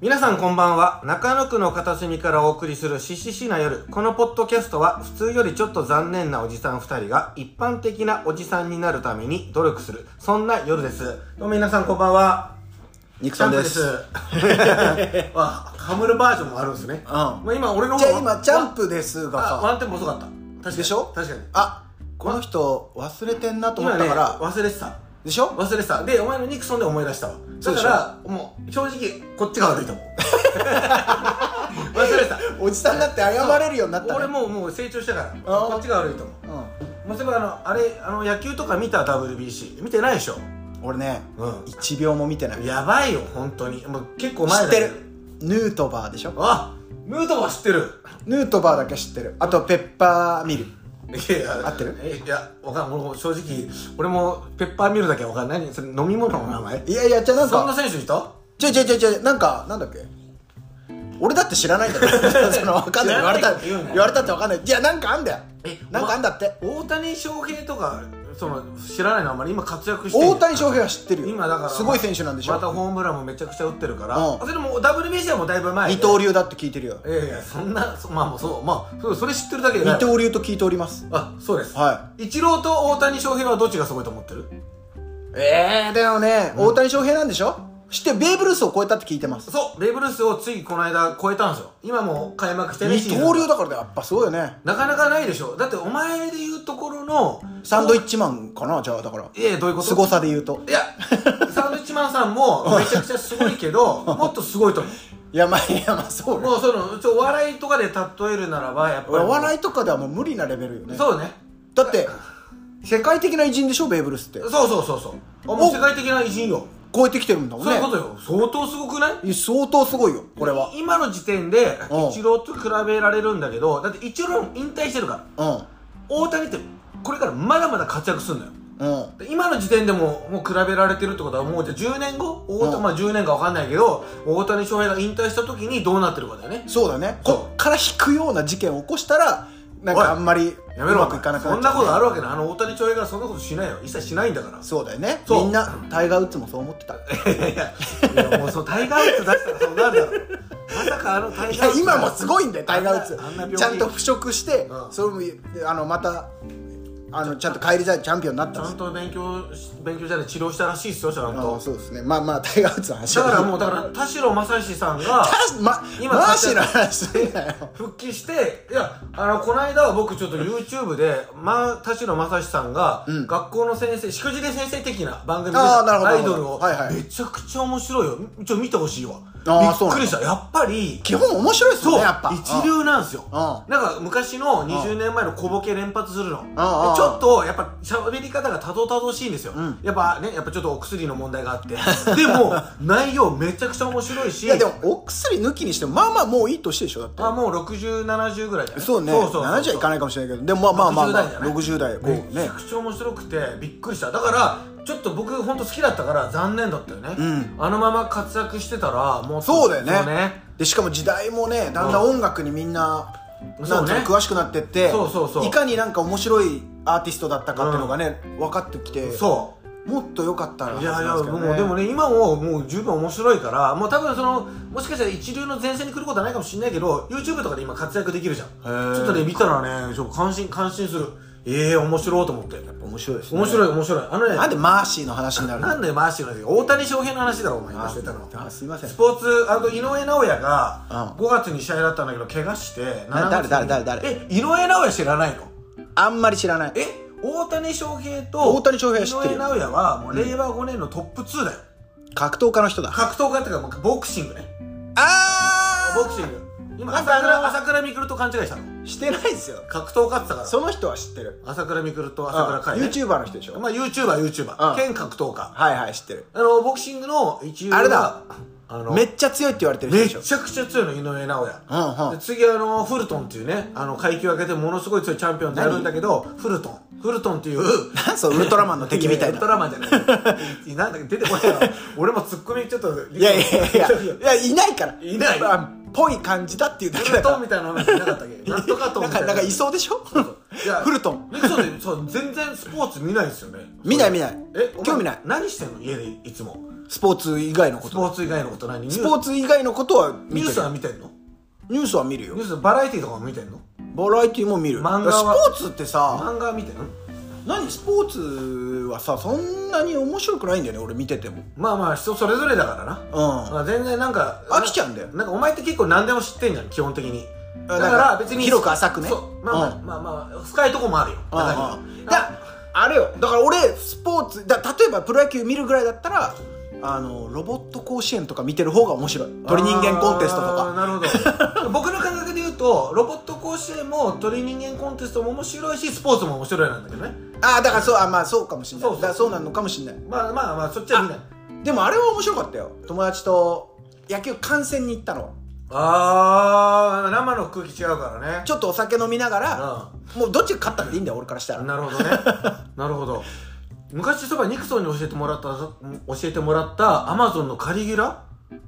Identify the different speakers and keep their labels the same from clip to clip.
Speaker 1: 皆さんこんばんは。中野区の片隅からお送りするしししな夜。このポッドキャストは普通よりちょっと残念なおじさん二人が一般的なおじさんになるために努力する。そんな夜です。どうも皆さんこんばんは。
Speaker 2: ニクソンです
Speaker 1: チャンプ です。わ、ハムルバージョンもあるんですね。
Speaker 2: うん
Speaker 1: も今俺の
Speaker 2: じゃあ今、チャン
Speaker 1: プ
Speaker 2: プですが
Speaker 1: あ、
Speaker 2: さ、
Speaker 1: ワンテンポ遅かった。確かに。
Speaker 2: でしょ
Speaker 1: 確かに。
Speaker 2: あ、この人忘れてんなと思
Speaker 1: 今
Speaker 2: っ
Speaker 1: ね、
Speaker 2: たから、
Speaker 1: 忘れてた。
Speaker 2: でしょ
Speaker 1: 忘れてた。で、お前のニクソンで思い出したわ。
Speaker 2: そ
Speaker 1: だか
Speaker 2: うでしょ
Speaker 1: ら、もう、正直、こっちが悪いと 思う。忘れてた。
Speaker 2: おじさんだって謝れるようになったね
Speaker 1: 俺もうもう成長したから
Speaker 2: あー
Speaker 1: こっちが悪いと思うもうすぐあのあれあの野球とか見た WBC 見てないでしょ
Speaker 2: うん、俺ね、
Speaker 1: うん
Speaker 2: 一秒も見てない。知
Speaker 1: やばいよ本当にもう結構前
Speaker 2: っ
Speaker 1: だ
Speaker 2: て
Speaker 1: よ
Speaker 2: る。ヌートバーでしょ
Speaker 1: あヌートバー知ってる
Speaker 2: ヌートバーだけ知ってる。あと、ペッパーミル。
Speaker 1: いやいや
Speaker 2: 合ってる
Speaker 1: えいやわかんない俺も正直俺もペッパーミルだけわかんない何それ飲み物の名前
Speaker 2: いやいや、じゃあなん
Speaker 1: そんな
Speaker 2: か、
Speaker 1: 選手いた
Speaker 2: ちょいちょいちょいちょい、なんか、なんだっけ俺だって知らないんだよ。 その、わかんない。
Speaker 1: 知
Speaker 2: 言
Speaker 1: らな
Speaker 2: われ
Speaker 1: いこ
Speaker 2: た
Speaker 1: と
Speaker 2: ら、
Speaker 1: 言うなよ
Speaker 2: 言われたってわかんない。いや、なんかあんだよ
Speaker 1: え。
Speaker 2: なんかあんだって。
Speaker 1: 大谷翔平とかその知らないのあんまり今活躍してる
Speaker 2: 大谷翔平は知ってるよ。
Speaker 1: 今だから
Speaker 2: すごい選手なんでしょ
Speaker 1: またホームランもめちゃくちゃ打ってるから、
Speaker 2: うん
Speaker 1: それでも WBC はもうだいぶ前で
Speaker 2: 二刀流だって聞いてるよ。
Speaker 1: いやいやそんなそまあもうそうまあそうそれ知ってるだけで
Speaker 2: 二
Speaker 1: ない
Speaker 2: 刀流と聞いております。
Speaker 1: あそうです
Speaker 2: はい
Speaker 1: イチローと大谷翔平はどっちがすごいと思ってる
Speaker 2: ええでもね、大谷翔平なんでしょ知ってるベーブ・ルースを超えたって聞いてます
Speaker 1: そうベーブ・ルースをついこの間超えたんですよ今もう開幕してる
Speaker 2: 二
Speaker 1: シーズン
Speaker 2: 刀流だからねやっぱすごいよね
Speaker 1: なかなかないでしょだってお前で言うところの
Speaker 2: サンドイッチマンかなじゃあだから
Speaker 1: えどういうこと
Speaker 2: 凄さで言うと
Speaker 1: いやサンドウィッチマンさん もめちゃくちゃすごいけどもっとすごいと思
Speaker 2: いやまあいやまあそう
Speaker 1: う
Speaker 2: ね
Speaker 1: もうそのちょお笑いとかで例えるならばやっぱり
Speaker 2: お笑
Speaker 1: い
Speaker 2: いとかではもう無理なレベルよね
Speaker 1: そうね
Speaker 2: だって世界的な偉人でしょベーブ・ルースって
Speaker 1: そうそうそうそうあもう世界的な偉人よ
Speaker 2: 超えてきてるんだもん
Speaker 1: そう
Speaker 2: ね
Speaker 1: いうことよ相当すごくない
Speaker 2: いや相当すごいよこれは
Speaker 1: 今の時点で
Speaker 2: うん
Speaker 1: イチローと比べられるんだけどだってイチローも引退してるから
Speaker 2: う
Speaker 1: 大谷ってこれからまだまだ活躍するのよ
Speaker 2: んうん
Speaker 1: で今の時点でももう比べられてるってことはもうじゃあ10年後大谷、
Speaker 2: うん
Speaker 1: まあ10年か分かんないけど大谷翔平が引退した時にどうなってるかだよね
Speaker 2: そうだね
Speaker 1: そう
Speaker 2: こっから引くような事件を起こしたらなんかあんまりう
Speaker 1: やめろ
Speaker 2: まくいかなくな
Speaker 1: そ
Speaker 2: っ
Speaker 1: ん
Speaker 2: ちゃ
Speaker 1: な
Speaker 2: う
Speaker 1: ことあるわけないあの大谷翔平がそんなことしないよ一切しないんだから
Speaker 2: そうだよね
Speaker 1: そう
Speaker 2: みんなタイガー・ウッズもそう思ってた
Speaker 1: いやいやいやもうそのタイガー・ウッズ出したらそうなるだろうまさかあのタイ
Speaker 2: い
Speaker 1: ガー・
Speaker 2: や
Speaker 1: ウッズ
Speaker 2: 今もすごいんだよタイガー・ウ
Speaker 1: あんな
Speaker 2: ッ
Speaker 1: 病
Speaker 2: ズ
Speaker 1: 気
Speaker 2: ちゃんと腐食して、
Speaker 1: うん
Speaker 2: それもあのまたあのちゃんと返り咲いてチャンピオンになっ
Speaker 1: ち
Speaker 2: た
Speaker 1: ゃ
Speaker 2: んです
Speaker 1: んと勉強し勉強じゃない治療したらしいっすよちゃん
Speaker 2: あ
Speaker 1: と
Speaker 2: あそうですねまあまあタイガー・ウッズの話
Speaker 1: だからも
Speaker 2: う
Speaker 1: うだから田代正史さんが
Speaker 2: ま、
Speaker 1: 今
Speaker 2: 今マーシーの話すんなよ
Speaker 1: 復帰していやあのこの間は僕ちょっと YouTube で、ま、田代正史さんが
Speaker 2: ん
Speaker 1: 学校の先生しくじり先生的な番組で
Speaker 2: あーなるほど
Speaker 1: アイドルを、
Speaker 2: はいはい
Speaker 1: めちゃくちゃ面白いよちょっと見てほしいわ
Speaker 2: あー
Speaker 1: びっくりしたやっぱり
Speaker 2: 基本面白いです
Speaker 1: そ
Speaker 2: よ
Speaker 1: う、
Speaker 2: ねやっぱ
Speaker 1: 一流なんですよ、
Speaker 2: う
Speaker 1: なんか昔の20年前の小ボケ連発するの、でち
Speaker 2: ああ
Speaker 1: ょっとやっぱ喋り方がたどたどしいんですよ、
Speaker 2: ん
Speaker 1: やっぱねやっぱちょっとお薬の問題が あってでも内容めちゃくちゃ面白いし
Speaker 2: いやでもお薬抜きにしてもまあまあもういい年でしょだって
Speaker 1: あもう6070ぐらいだね
Speaker 2: そうね
Speaker 1: そうそう
Speaker 2: 70はいかないかもしれないけどでもまあまあまあ、まあ、
Speaker 1: 60
Speaker 2: 60代こう
Speaker 1: めち
Speaker 2: ね
Speaker 1: ゃくちゃ面白くてびっくりしただからちょっと僕本当好きだったから残念だったよね、
Speaker 2: ん
Speaker 1: あのまま活躍してたらもう
Speaker 2: そうだよねでしかも時代もねだんだん音楽にみんな,、
Speaker 1: うん
Speaker 2: なんつう
Speaker 1: そう
Speaker 2: の
Speaker 1: ね
Speaker 2: 詳しくなってって
Speaker 1: そうそうそう
Speaker 2: かになんか面白いアーティストだったかっていうのがね、分かってきて
Speaker 1: そう
Speaker 2: もっと良かったら
Speaker 1: いやいや、
Speaker 2: も
Speaker 1: もうでもね、今ももう十分面白いから、もう多分その、もしかしたら一流の前線に来ることはないかもしれないけど、YouTube とかで今活躍できるじゃん。
Speaker 2: ー
Speaker 1: ちょっとね、見たらね、ちょっと感心、感心する。ええー、面白いと思って。
Speaker 2: 面白いですね
Speaker 1: 面白い、面白い。あのね、
Speaker 2: なんでマーシーの話になるの
Speaker 1: なんで回してくれない大谷翔平の話だろ、お前、今してたの。
Speaker 2: あすいません
Speaker 1: スポーツ、あと井上尚弥が、
Speaker 2: う
Speaker 1: 5月に試合だったんだけど、怪我して、
Speaker 2: な
Speaker 1: 7月に
Speaker 2: 誰誰誰誰
Speaker 1: え、井上尚弥知らないの
Speaker 2: あんまり知らない
Speaker 1: え、大谷翔平と、
Speaker 2: 大谷翔平は知ってる
Speaker 1: 井上尚弥は、もう令和5年のトップ2だよ。
Speaker 2: 格闘家の人だ
Speaker 1: 格闘家っていうかもうボクシングね
Speaker 2: あ
Speaker 1: ボクシング今
Speaker 2: なんか
Speaker 1: 朝
Speaker 2: あの
Speaker 1: 倉朝倉未来と勘違いしたの
Speaker 2: ーしてないですよ
Speaker 1: 格闘家って言ったから
Speaker 2: その人は知ってる
Speaker 1: 朝倉未来と朝倉海、ね、
Speaker 2: YouTuber の人でしょ、
Speaker 1: まあ YouTuberYouTuber、
Speaker 2: うん
Speaker 1: 兼格闘家
Speaker 2: はいはい知ってる
Speaker 1: あのボクシングの一流は
Speaker 2: あれだ
Speaker 1: あのめ
Speaker 2: めっちゃ強いって言われてる人
Speaker 1: め
Speaker 2: で
Speaker 1: ち
Speaker 2: しょ
Speaker 1: ゃくちゃ強いの井上尚弥、
Speaker 2: うんうん
Speaker 1: で次あのフルトンっていうねあの階級上げてものすごい強いチャンピオンでやるんだけどフルトンフルトンっていう
Speaker 2: 何そうウルトラマンの 敵みた
Speaker 1: やウ
Speaker 2: い
Speaker 1: ル
Speaker 2: な
Speaker 1: トラマンじゃないなんだっけ出てこない から俺もツッコミちょっと
Speaker 2: いやいやいやいやいないから
Speaker 1: いない
Speaker 2: あぽい感じだっていうだけ
Speaker 1: フル
Speaker 2: だか
Speaker 1: ト
Speaker 2: ら
Speaker 1: ンみたいな名前じゃなかったっけなんとかトン
Speaker 2: なん
Speaker 1: みた
Speaker 2: か
Speaker 1: いな
Speaker 2: なんかいそうでしょ
Speaker 1: いや
Speaker 2: フルトン
Speaker 1: えそうでそう全然スポーツ見ないですよね
Speaker 2: 見ない見ない
Speaker 1: えお前
Speaker 2: 興味ない
Speaker 1: 何してんの家でいつも
Speaker 2: スポーツ以外のこ
Speaker 1: ス
Speaker 2: と
Speaker 1: ポーツ以外のこと何
Speaker 2: スポー
Speaker 1: ツ
Speaker 2: ツ以外のことは
Speaker 1: ニ
Speaker 2: 見
Speaker 1: ュー
Speaker 2: て
Speaker 1: ス
Speaker 2: る
Speaker 1: は見てんの
Speaker 2: ニュースは見るよ
Speaker 1: ニュースバラエティとかも見てんの
Speaker 2: バラエティも見る
Speaker 1: 漫画は
Speaker 2: スポーツってさ
Speaker 1: 漫画見てんの
Speaker 2: 何スポーツはさそんなに面白くないんだよね俺見てても
Speaker 1: まあまあ人それぞれだからな
Speaker 2: うん
Speaker 1: まあ、全然なんか
Speaker 2: 飽きちゃうんだよ
Speaker 1: なんかお前って結構何でも知ってんじゃん基本的にだ
Speaker 2: あなんか
Speaker 1: から別に
Speaker 2: 広く浅くね
Speaker 1: そうまあまあ、
Speaker 2: う
Speaker 1: まあまあ深いとこもあるよ
Speaker 2: うん
Speaker 1: 中
Speaker 2: うん
Speaker 1: には
Speaker 2: だあれよだから俺スポーツだ例えばプロ野球見るぐらいだったらあのロボット甲子園とか見てる方が面白い鳥人間コンテストと
Speaker 1: あー
Speaker 2: か
Speaker 1: なるほど僕の感覚で言うとロボット甲子園も鳥人間コンテストも面白いしスポーツも面白いなんだけどね
Speaker 2: ああだからそうあまあそうかもしれない
Speaker 1: そうそう
Speaker 2: だからそうなのかもしれない
Speaker 1: まあまあまあそっちは見ない
Speaker 2: でもあれは面白かったよ友達と野球観戦に行ったの
Speaker 1: ああー生の空気違うからね
Speaker 2: ちょっとお酒飲みながら
Speaker 1: う
Speaker 2: もうどっちが勝ったっていいんだよ俺からしたら
Speaker 1: んなるほどね なるほど昔そういえばニクソンに教えてもらった教えてもらったアマゾンのカリギュラ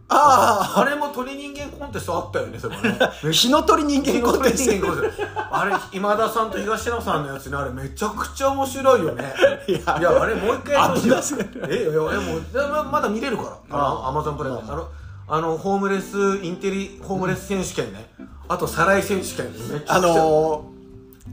Speaker 2: あ
Speaker 1: あれも鳥人間コンテストあったよね、それもね。
Speaker 2: あ火の鳥 人間コンテス
Speaker 1: 人間コンテストあれ、今田さんと東野さんのやつね、あれめちゃくちゃ面白いよね。
Speaker 2: トいや
Speaker 1: いや、あれもう一回やり
Speaker 2: 危な
Speaker 1: まし
Speaker 2: す
Speaker 1: ょ
Speaker 2: ぎ
Speaker 1: う
Speaker 2: る。
Speaker 1: え、いや、いやもう、ままだ見れるから。あの、アマゾンプライム。あの、あの、ホームレス、インテリ、ホームレス選手権ね。あと、サライ選手権ね。めちゃくちゃ
Speaker 2: あのー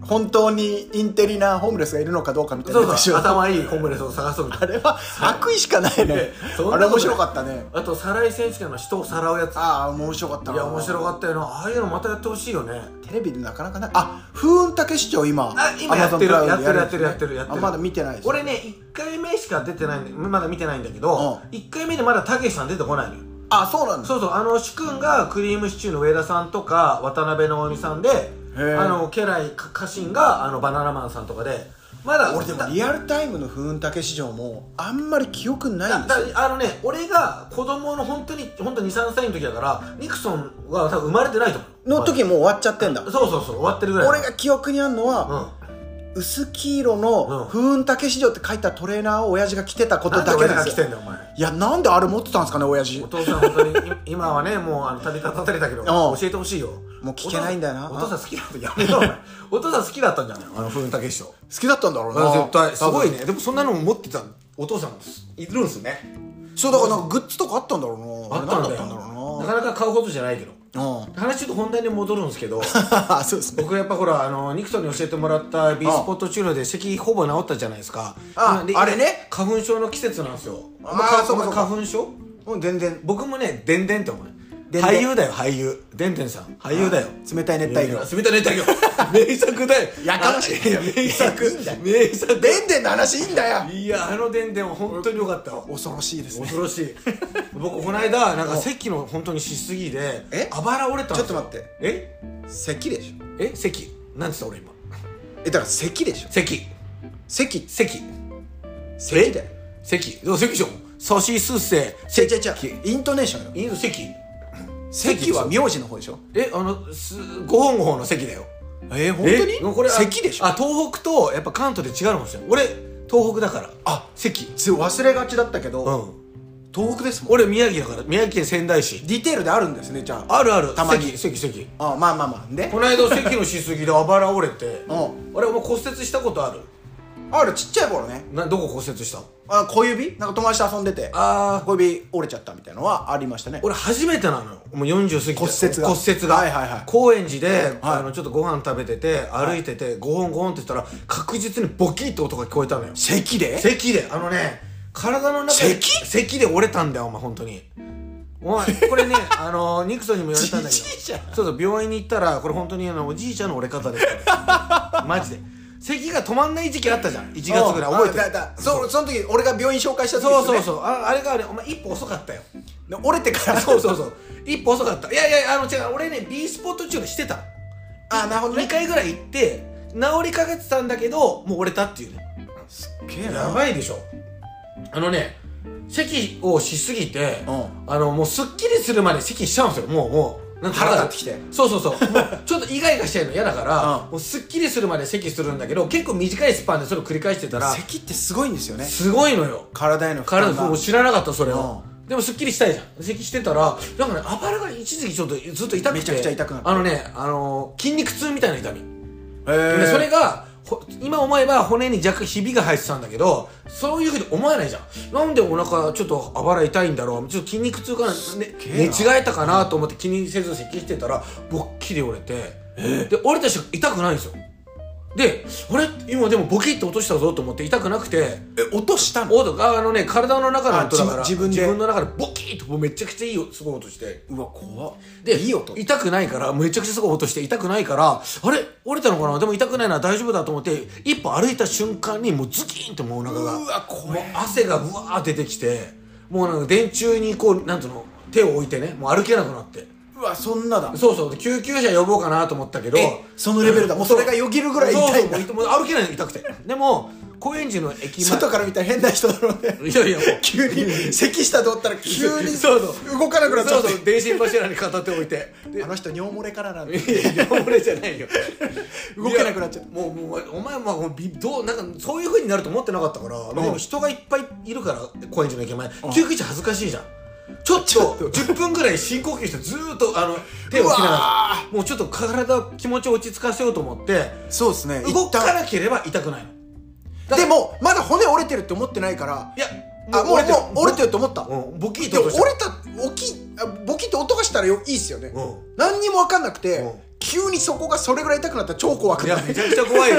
Speaker 2: 本当にインテリなホームレスがいるのかどうかみたいな
Speaker 1: そう
Speaker 2: 私
Speaker 1: そう、
Speaker 2: は
Speaker 1: 頭いいホームレスを探そうみた
Speaker 2: あ
Speaker 1: いな。
Speaker 2: れは悪意しかないね
Speaker 1: ねそん
Speaker 2: あ
Speaker 1: なことない
Speaker 2: れ面白かったね
Speaker 1: あと、サライ選手権の人をさらうやつ。い
Speaker 2: ああ面白かったない
Speaker 1: や、面白かったよな。ああいうのまたやってほしいよね。
Speaker 2: テレビでなかなかないあ風雲竹市長今
Speaker 1: あ今やってる
Speaker 2: Amazon プライムで
Speaker 1: やってるやってるやってるやってる
Speaker 2: あまだ見てないです
Speaker 1: 俺ね1回目しか出てないんでまだ見てないんだけど、
Speaker 2: う
Speaker 1: 1回目でまだたけしさん出てこないのよ
Speaker 2: あそうなんだ
Speaker 1: そうそうあの主君がクリームシチューの上田さんとか渡辺直美さんであ
Speaker 2: ー
Speaker 1: の家来か家臣があのバナナマンさんとかでまだ
Speaker 2: 俺でも
Speaker 1: だ
Speaker 2: リアルタイムの風雲竹市場もあんまり記憶ないんです
Speaker 1: だ
Speaker 2: よ
Speaker 1: あのね俺が子供の本当に本当に23歳の時だからニクソンは多分生まれてないと思う
Speaker 2: の時もう終わっちゃってんだ
Speaker 1: そうそうそう終わってるぐらい
Speaker 2: 俺が記憶にあるのは、
Speaker 1: うん
Speaker 2: 薄黄色の
Speaker 1: うん
Speaker 2: 風雲竹市場って書いたトレーナーを親父が着てたこと
Speaker 1: なんで
Speaker 2: だけ
Speaker 1: 俺
Speaker 2: な
Speaker 1: が
Speaker 2: んで
Speaker 1: 来
Speaker 2: すよ
Speaker 1: てんだよお前
Speaker 2: いやなんであれ持ってたんですかね親父
Speaker 1: お父さん本当にい今はねもうあの旅立たされたけど教
Speaker 2: ん
Speaker 1: えてほしいよ
Speaker 2: もう聞けないんだよな
Speaker 1: お父さんお父さん好きだったやめろお前お父さん好きだったんじゃないあの風雲竹師匠
Speaker 2: 好きだったんだろうな
Speaker 1: 絶対す
Speaker 2: 多分
Speaker 1: ごいねでもそんなのも持ってたお父さんいるんすね
Speaker 2: そうだからなんかグッズとかあったんだろうな
Speaker 1: あったんだ
Speaker 2: れ何だったんだ
Speaker 1: よ
Speaker 2: ろ
Speaker 1: なかなか買うことじゃないけど
Speaker 2: うな
Speaker 1: 話ちょっと本題に戻るんです けど
Speaker 2: うんそうですね
Speaker 1: 僕やっぱほらあのニクソンに教えてもらった B スポットチューノで咳ほぼ治ったじゃないですか
Speaker 2: あ
Speaker 1: で
Speaker 2: あれね
Speaker 1: 花粉症の季節なんですよ
Speaker 2: あー
Speaker 1: お前か
Speaker 2: そうかそうか
Speaker 1: 花粉症
Speaker 2: もう全然
Speaker 1: 僕もね、でんでんってお前。
Speaker 2: でんでん
Speaker 1: 俳優だよ、俳優。でんでんさん。俳優だよ。
Speaker 2: 冷たい熱帯魚
Speaker 1: 冷たい熱帯魚。名作だよ。
Speaker 2: やかましいよ
Speaker 1: あ名作。
Speaker 2: いいんだよ
Speaker 1: 名作。
Speaker 2: でんでんの話いいんだよ
Speaker 1: いや、あのでんでんは本当に良かったわ。
Speaker 2: 恐ろしいですね
Speaker 1: 恐ろしい。僕、この間、なんか席の本当にしすぎで、
Speaker 2: え
Speaker 1: あばら折れたんですよ
Speaker 2: ちょっと待って。
Speaker 1: え
Speaker 2: 咳でしょ
Speaker 1: え席なんつった俺今。
Speaker 2: えだから咳でしょ
Speaker 1: 席。
Speaker 2: 咳
Speaker 1: 席。
Speaker 2: 咳だよ
Speaker 1: 席。でも席でしょ。ソシスセ。
Speaker 2: 違う違う違うイントネーションよ
Speaker 1: インド席。
Speaker 2: 咳は名字の方でしょ
Speaker 1: え、あの、すご本ご本の席だよ。
Speaker 2: えー、本
Speaker 1: え
Speaker 2: 当に
Speaker 1: これあ
Speaker 2: 咳でしょ
Speaker 1: あ東北とやっぱ関東で違うのかもしれない俺東北だからあ関
Speaker 2: つ忘れがちだったけど、
Speaker 1: うん
Speaker 2: 東北ですもん
Speaker 1: 俺宮城だから宮城県仙台市
Speaker 2: ディテールであるんですねじゃあ
Speaker 1: あるある
Speaker 2: たまに
Speaker 1: 関関関
Speaker 2: あまあまあまあで
Speaker 1: この間関のしすぎであばら折れて
Speaker 2: うん
Speaker 1: あれお前骨折したことある
Speaker 2: あれちっちゃい頃ね
Speaker 1: などこ骨折した
Speaker 2: あ小指なんか友達と遊んでて
Speaker 1: ああ
Speaker 2: 小指折れちゃったみたいなのはありましたね
Speaker 1: 俺初めてなのよもう40過ぎて
Speaker 2: 骨折が
Speaker 1: 骨折が
Speaker 2: はいはいはい
Speaker 1: 高円寺で、あのちょっとご飯食べてて歩いてて、ごほんごほんって言ったら確実にボキッて音が聞こえたのよ
Speaker 2: 咳で
Speaker 1: 咳であのね体の中で
Speaker 2: 咳
Speaker 1: 咳で折れたんだよお前本当にお前これねあのニクソンにも言われたんだけど
Speaker 2: じじいじゃ
Speaker 1: そうそう病院に行ったらこれ本当にあのおじいちゃんの折れ方ですマジで咳が止まんない時期あったじゃん1月ぐらい覚えて
Speaker 2: あ
Speaker 1: る
Speaker 2: だだそうその時俺が病院紹介した時ですね
Speaker 1: そうそうそうああれがあれお前一歩遅かったよ
Speaker 2: で折れてから
Speaker 1: そうそうそう一歩遅かったいやいやあの違う俺ね B スポット中でしてた
Speaker 2: あなるほどね
Speaker 1: 2回ぐらい行って治りかけてたんだけどもう折れたっていうね
Speaker 2: すっげえ
Speaker 1: や
Speaker 2: な
Speaker 1: ばいでしょあのね咳をしすぎて、
Speaker 2: うん
Speaker 1: あのもうすっきりするまで咳しちゃうんですよもうもうなんか
Speaker 2: 腹立ってきて
Speaker 1: そうそうそうもうちょっとイガイガしちゃうの嫌だから、
Speaker 2: うん
Speaker 1: もうすっきりするまで咳するんだけど結構短いスパンでそれを繰り返してたら
Speaker 2: 咳ってすごいんですよね
Speaker 1: すごいのよ
Speaker 2: 体への負
Speaker 1: 体
Speaker 2: 担
Speaker 1: のも
Speaker 2: が
Speaker 1: う知らなかったそれを、でもすっきりしたいじゃん咳してたらなんかねあばらが一時期ちょっとずっと痛くて
Speaker 2: めちゃくちゃ痛くなった
Speaker 1: あのねあのー筋肉痛みたいな痛み
Speaker 2: へー
Speaker 1: でそれがほ今思えば骨に若干ひびが入ってたんだけどそういうふうに思えないじゃんなんでお腹ちょっとあばら痛いんだろうちょっと筋肉痛かな、ね、寝
Speaker 2: えな
Speaker 1: 違えたかなと思って気にせず咳してたらぼっきり折れて、で折れた瞬間痛くないんですよであれ今でもボキッと落としたぞと思って痛くなくて
Speaker 2: え落としたの
Speaker 1: おとあのね体の中の音だから
Speaker 2: あ自分自分で
Speaker 1: 自分の中でボキッともうめちゃくちゃいい音すごい音して
Speaker 2: うわ怖っ
Speaker 1: で、
Speaker 2: いい音
Speaker 1: 痛くないから、めちゃくちゃすごい音して痛くないから、あれ折れたのかなでも痛くないな、大丈夫だと思って、一歩歩いた瞬間に、もうズキーンともうお腹が、
Speaker 2: うわ怖
Speaker 1: も
Speaker 2: いう
Speaker 1: 汗がうわー出てきて、もうなんか電柱にこう、なんつうの、手を置いてね、もう歩けなくなって。
Speaker 2: うわそんなだ
Speaker 1: そうそう、で救急車呼ぼうかなと思ったけど、
Speaker 2: えそのレベルだもうそれがよぎるぐらい痛いんだ
Speaker 1: そうそうもう歩けない痛くて。でも、高円寺の駅前、
Speaker 2: 外から見たら変な人だろうね
Speaker 1: いやいやもう、
Speaker 2: 急に咳したと思ったら急に
Speaker 1: そうそう
Speaker 2: 動かなくなっちゃって
Speaker 1: そうそう、電信柱に片手置いて。で
Speaker 2: あの人尿漏れからなん
Speaker 1: い
Speaker 2: で
Speaker 1: やいや汚れじゃないよ
Speaker 2: 動けなくなっちゃう
Speaker 1: いやもうもうお前まあもうびどうなんかそういうふうになると思ってなかったから、まあでも人がいっぱいいるから高円寺の駅前救急車恥ずかしいじゃんちょっと10分ぐらい深呼吸してずーっと あの手を切らな
Speaker 2: うわ
Speaker 1: いもうちょっと体気持ちを落ち着かせようと思って
Speaker 2: そうですね
Speaker 1: 動
Speaker 2: 一
Speaker 1: か
Speaker 2: 旦
Speaker 1: なければ痛くないのだ
Speaker 2: でもまだ骨折れてるって思ってないから
Speaker 1: いや
Speaker 2: あもうもう折れてると思った
Speaker 1: うんボキッ
Speaker 2: で
Speaker 1: と
Speaker 2: も
Speaker 1: 落と
Speaker 2: 折
Speaker 1: した
Speaker 2: れた大きいあボキッと音がしたらよいいっすよね
Speaker 1: うん
Speaker 2: 何にも分かんなくて
Speaker 1: うん
Speaker 2: 急にそこがそれぐらい痛くなったら超怖く
Speaker 1: い
Speaker 2: な
Speaker 1: や
Speaker 2: い
Speaker 1: めちゃくちゃ怖いよ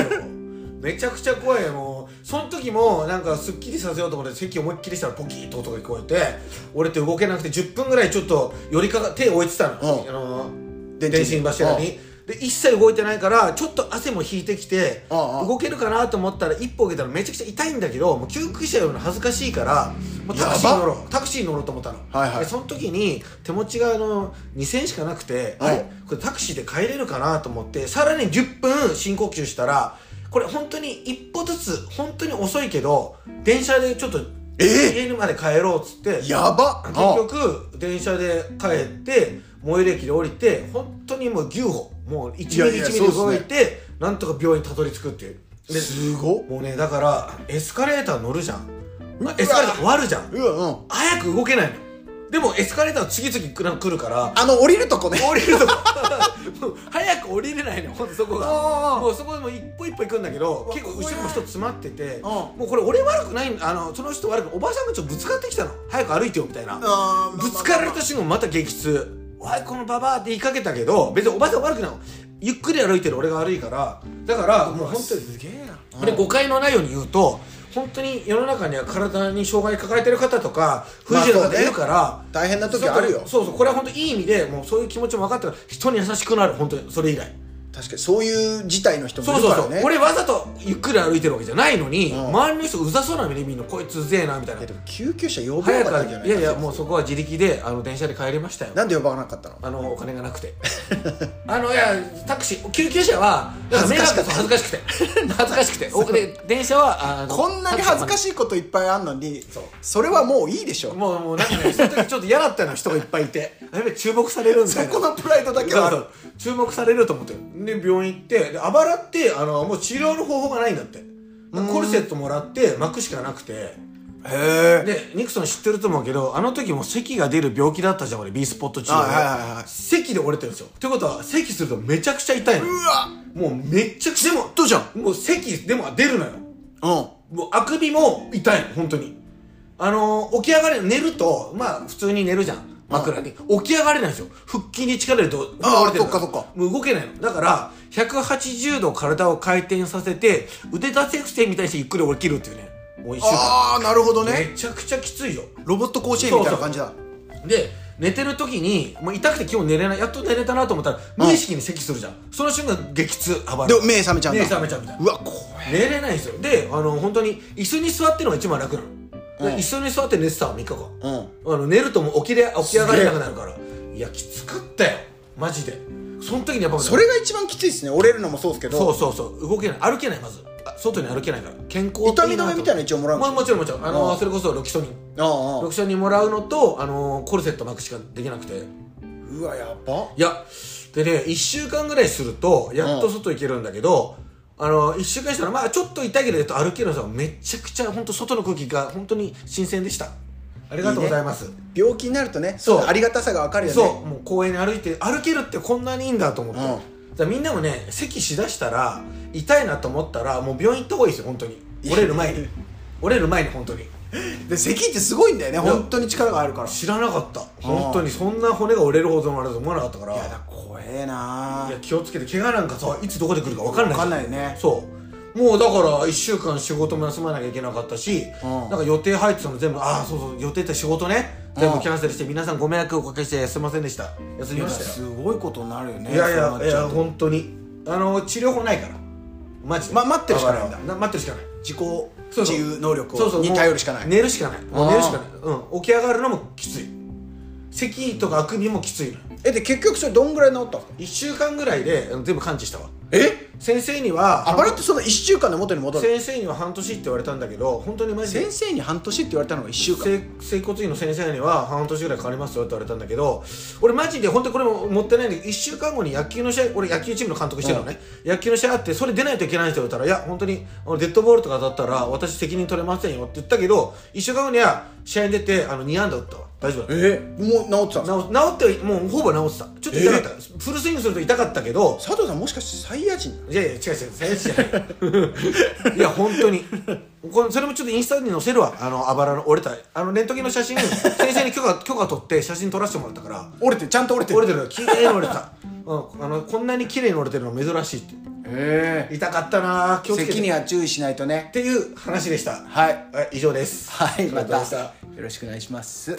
Speaker 1: めちゃくちゃ怖いよもうその時もなんかすっきりさせようと思って席思いっきりしたらポキッと音が聞こえて俺って動けなくて10分ぐらいちょっと寄りかか手を置いてたの、
Speaker 2: うん
Speaker 1: あの
Speaker 2: 電池に
Speaker 1: 電信柱に、で一切動いてないからちょっと汗も引いてきて、
Speaker 2: うんうん
Speaker 1: 動けるかなと思ったら一歩受けたらめちゃくちゃ痛いんだけどもう救急車呼ぶの恥ずかしいからもうタクシー
Speaker 2: やば
Speaker 1: 乗ろうタクシー乗ろうと思ったの、
Speaker 2: はいはい
Speaker 1: でその時に手持ちがあの2000しかなくて、
Speaker 2: はい
Speaker 1: あれこれタクシーで帰れるかなと思ってさらに10分深呼吸したらこれ本当に一歩ずつ本当に遅いけど電車でちょっと
Speaker 2: えー
Speaker 1: 家にまで帰ろうっつって
Speaker 2: やば
Speaker 1: 結局電車で帰って最寄り駅で降りて本当にもう牛歩もう1ミ
Speaker 2: いやい
Speaker 1: リ
Speaker 2: や
Speaker 1: 1ミ
Speaker 2: そう
Speaker 1: リ
Speaker 2: っすね
Speaker 1: 動いてなんとか病院にたどり着くっていうです
Speaker 2: ごっ
Speaker 1: もうねだからエスカレーター乗るじゃんあエスカレーター終わるじゃん
Speaker 2: うわうん
Speaker 1: 早く動けないのでもエスカレーター次々来る来るから
Speaker 2: あの降りるとこね
Speaker 1: 降りるとこ もう早く降りれないのほんとそこが
Speaker 2: あー
Speaker 1: もうそこでも一歩一歩行くんだけど
Speaker 2: わ
Speaker 1: 結構後
Speaker 2: 怖い
Speaker 1: ろも人詰まってて
Speaker 2: ん
Speaker 1: もうこれ俺悪くないあのその人悪くないおばさんがちょっとぶつかってきたの早く歩いてよみたいなぶつかられた瞬間また激痛「おいこのババア」って言いかけたけど別におばさん悪くないのゆっくり歩いてる俺が悪いからだからもう本当に
Speaker 2: すげえな
Speaker 1: これ誤解のないように言うと本当に世の中には体に障害抱えてる方とか不自由な
Speaker 2: まあそう
Speaker 1: 方
Speaker 2: ね
Speaker 1: いるから、
Speaker 2: 大変な時あるよ
Speaker 1: そうそうこれは本当いい意味でもうそういう気持ちも分かったから人に優しくなる本当にそれ以来
Speaker 2: 確かにそういう事態の人も
Speaker 1: そ
Speaker 2: いうる
Speaker 1: そ
Speaker 2: か
Speaker 1: うそ
Speaker 2: ら
Speaker 1: う、
Speaker 2: ね
Speaker 1: 俺わざとゆっくり歩いてるわけじゃないのに、
Speaker 2: ん
Speaker 1: 周りの人うざそうな目で見るのこいつうぜえなみたいない
Speaker 2: やでも救急車呼ばな
Speaker 1: 早
Speaker 2: か
Speaker 1: く
Speaker 2: ったん
Speaker 1: 歩
Speaker 2: じゃない
Speaker 1: いやいやもうそこは自力であの電車で帰りましたよ
Speaker 2: なんで呼ばなかったの
Speaker 1: あのお金がなくて あのいやタクシー救急車は
Speaker 2: 恥ずかしかった
Speaker 1: 恥ずかし くて恥ずかしくておで電車はあの
Speaker 2: こんなに恥ずか
Speaker 1: し
Speaker 2: しいこといっぱいあんのに
Speaker 1: そう
Speaker 2: それはもういいでしょ
Speaker 1: もうもうなんかねその時ちょっと嫌だったの人がいっぱいいてやべ注目されるん
Speaker 2: そ
Speaker 1: だよ
Speaker 2: このプライドだけはある
Speaker 1: 注目されると思ってで病院行ってであばらってあのもう治療の方法がないんだってコルセットもらって巻くしかなくて
Speaker 2: へえ
Speaker 1: でニクソン知ってると思うけどあの時も咳が出る病気だったじゃん俺 B スポット治療
Speaker 2: はいはいはいはい
Speaker 1: 咳で折れてるんですよってことは咳するとめちゃくちゃ痛いの
Speaker 2: うわ
Speaker 1: もうめっちゃくちゃでも
Speaker 2: どうじゃん
Speaker 1: もう咳でも出るのよ
Speaker 2: うん
Speaker 1: もうあくびも痛いの本当にあのー起き上がれ寝るとまあ普通に寝るじゃん枕に起き上がれないんですよ腹筋に力入れると
Speaker 2: あー
Speaker 1: 折れてるら
Speaker 2: そっかそっか
Speaker 1: もう動けないのだから180度体を回転させて腕立て伏せみたいにしてゆっくり起きるっていうねもう一週間
Speaker 2: ああなるほどね
Speaker 1: めちゃくちゃきついよ
Speaker 2: ロボット甲子園みたいな感じだ
Speaker 1: で寝てる時にもう痛くて今日寝れないやっと寝れたなと思ったら無意識に咳するじゃん、その瞬間激痛暴
Speaker 2: で
Speaker 1: れる
Speaker 2: 目覚めちゃうん
Speaker 1: 目
Speaker 2: だ
Speaker 1: 覚めちゃうみたいな
Speaker 2: うわ怖い
Speaker 1: 寝れないんですよであの本当に椅子に座ってるのが一番楽なの、
Speaker 2: うん
Speaker 1: で椅子に座って寝てた3日間、
Speaker 2: うん
Speaker 1: あの寝るともう起きれ起き上がれなくなるからいやきつかったよマジでその時にやっぱ
Speaker 2: それが一番きついですね折れるのもそうですけ
Speaker 1: そう
Speaker 2: ど
Speaker 1: そうそう動けない歩けないまずあ外に歩けないから健康
Speaker 2: 痛み止めみたいなの
Speaker 1: な
Speaker 2: 一応もらうんで
Speaker 1: も
Speaker 2: す
Speaker 1: もちろんもちろんあの、
Speaker 2: うん
Speaker 1: それこそロキソニン
Speaker 2: あああ
Speaker 1: ロ
Speaker 2: あ
Speaker 1: キソニンもらうのと、あのコルセット巻くしかできなくて
Speaker 2: うわやば
Speaker 1: いやでね1週間ぐらいするとやっと外行けるんだけど、あの1週間したらまあちょっと痛いけどやっと歩けるのさめちゃくちゃ本当外の空気が本当に新鮮でしたありがとうございます
Speaker 2: 病気になるとね
Speaker 1: そう
Speaker 2: ありがたさがわかるよね
Speaker 1: そうもう公園に歩いて歩けるってこんなにいいんだと思って、からみんなもね咳しだしたら痛いなと思ったらもう病院行った方がいいですよ本当に折れる前 に折れる前に本当に
Speaker 2: で咳ってすごいんだよね
Speaker 1: いや
Speaker 2: 本当に力があるからい
Speaker 1: 知らなかった本当にそんな骨が折れるほどのあれだと思わなかったから
Speaker 2: やだ怖えない
Speaker 1: や気をつけて怪我なんかさいつどこで来るか分かんないじ
Speaker 2: 分
Speaker 1: ゃ
Speaker 2: かんないね
Speaker 1: そうもうだから1週間仕事も休まなきゃいけなかったし、
Speaker 2: うん
Speaker 1: なんか予定入ってたの全部ああそうそう予定って仕事ね全
Speaker 2: う
Speaker 1: 部
Speaker 2: ん
Speaker 1: キャンセルして皆さんご迷惑をおかけしてすいませんでした休みました
Speaker 2: すごいことになるよね
Speaker 1: よいやい
Speaker 2: そうな
Speaker 1: や
Speaker 2: っ
Speaker 1: い
Speaker 2: ちゃ
Speaker 1: や
Speaker 2: うと
Speaker 1: 本当にあの治療法ないからマジで、
Speaker 2: ま待ってるしかないんだ
Speaker 1: な待ってるしかない
Speaker 2: 自己
Speaker 1: そうそ
Speaker 2: 自
Speaker 1: う
Speaker 2: 由能力
Speaker 1: そうそ
Speaker 2: を
Speaker 1: う
Speaker 2: に
Speaker 1: もう
Speaker 2: 頼るしかない
Speaker 1: 寝るしかないもう
Speaker 2: あー
Speaker 1: 寝るしかない、うん、起き上がるのもきつい咳とかあくびもきついのよ
Speaker 2: えで結局それどんぐらい治ったんですか
Speaker 1: 1週間ぐらいであの全部完治したわ
Speaker 2: え
Speaker 1: 先生には
Speaker 2: あばれってその1週間で元に戻る
Speaker 1: 先生には半年って言われたんだけど本当にマジで
Speaker 2: 先生に半年って言われたのが1週間
Speaker 1: 整整骨院の先生には半年ぐらいかかりますよって言われたんだけど俺マジで本当にこれも持ってないんだけど1週間後に野球の試合俺野球チームの監督してるのね、野球の試合あってそれ出ないといけない人言ったらいや本当にあのデッドボールとか当たったら私責任取れませんよって言ったけど1週間後には試合に出てあの2安打打ったわ大丈夫だった
Speaker 2: えもう治ってたんですか
Speaker 1: 治治ってもうほぼ治ってたちょっと痛かった、フルスイングすると痛かったけど
Speaker 2: 佐藤さんもしかしてサイヤ人
Speaker 1: いやいや違う違うサイエンスじゃない いや本当にこれそれもちょっとインスタに載せるわあのあばらの折れたあのレントゲンの写真先生に許可許可取って写真撮らせてもらったから
Speaker 2: 折れてるちゃんと折れてる
Speaker 1: 折れてる綺麗に折れた、うん、あのこんなに綺麗に折れてるの珍しいって
Speaker 2: え
Speaker 1: 痛かったな気
Speaker 2: え
Speaker 1: をつけ
Speaker 2: 咳に
Speaker 1: てっ
Speaker 2: は注意しないとね
Speaker 1: ていう話でした
Speaker 2: はい
Speaker 1: はい以上です
Speaker 2: はいま
Speaker 1: ありがとうござい
Speaker 2: た
Speaker 1: ました
Speaker 2: よろしくお願いします